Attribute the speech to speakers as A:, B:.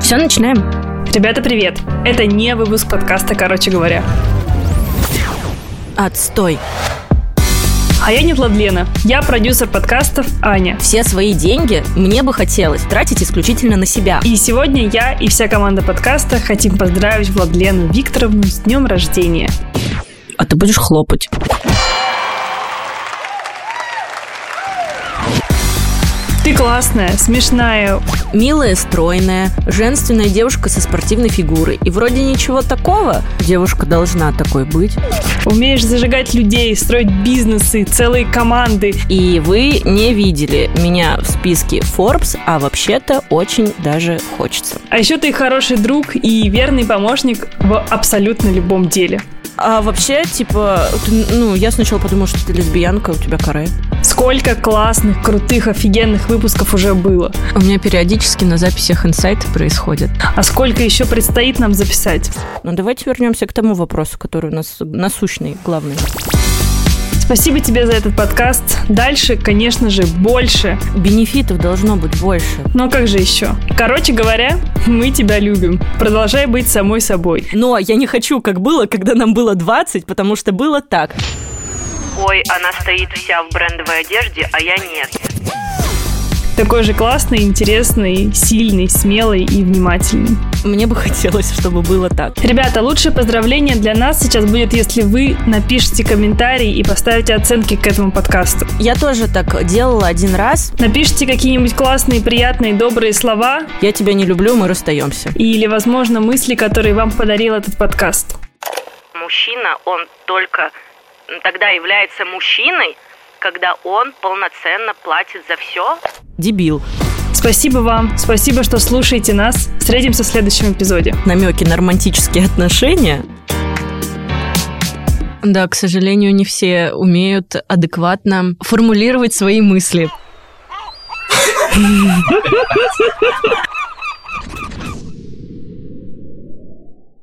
A: Все, начинаем.
B: Ребята, привет! Это не выпуск подкаста, короче говоря.
A: Отстой.
B: А я не Владлена, я продюсер подкастов Аня.
A: Все свои деньги мне бы хотелось тратить исключительно на себя.
B: И сегодня я и вся команда подкаста хотим поздравить Владлену Викторовну с днем рождения.
A: А ты будешь хлопать.
B: Ты классная, смешная,
A: Милая, стройная, женственная девушка со спортивной фигурой. И вроде ничего такого. Девушка должна такой быть.
B: умеешь зажигать людей, строить бизнесы, целые команды.
A: И вы не видели меня в списке Forbes, а вообще-то очень даже хочется.
B: А еще ты хороший друг и верный помощник в абсолютно любом деле.
A: А вообще, типа, ты- ну, я сначала подумала, что ты лесбиянка, у тебя каре.
B: Сколько классных, крутых, офигенных выпусков уже было.
A: У меня периодически на записях инсайты происходят.
B: А сколько еще предстоит нам записать?
A: Ну, давайте вернемся к тому вопросу, который у нас насущный, главный.
B: Спасибо тебе за этот подкаст. Дальше, конечно же, больше.
A: Бенефитов должно быть больше.
B: Но как же еще? Короче говоря, мы тебя любим. Продолжай быть самой собой.
A: Но я не хочу, как было, когда нам было 20, потому что было так.
C: Ой, она стоит вся в брендовой одежде, а я нет.
B: Такой же классный, интересный, сильный, смелый и внимательный.
A: Мне бы хотелось, чтобы было так.
B: Ребята, лучшее поздравление для нас сейчас будет, если вы напишите комментарий и поставите оценки к этому подкасту.
A: Я тоже так делала один раз.
B: Напишите какие-нибудь классные, приятные, добрые слова
A: Я тебя не люблю, мы расстаемся.
B: или, возможно, мысли, которые вам подарил этот подкаст.
C: Мужчина, он только тогда является мужчиной, когда он полноценно платит за все,
A: Дебил.
B: Спасибо вам, спасибо, что слушаете нас. Встретимся в следующем эпизоде.
A: Намеки на романтические отношения. Да, к сожалению, не все умеют адекватно формулировать свои мысли.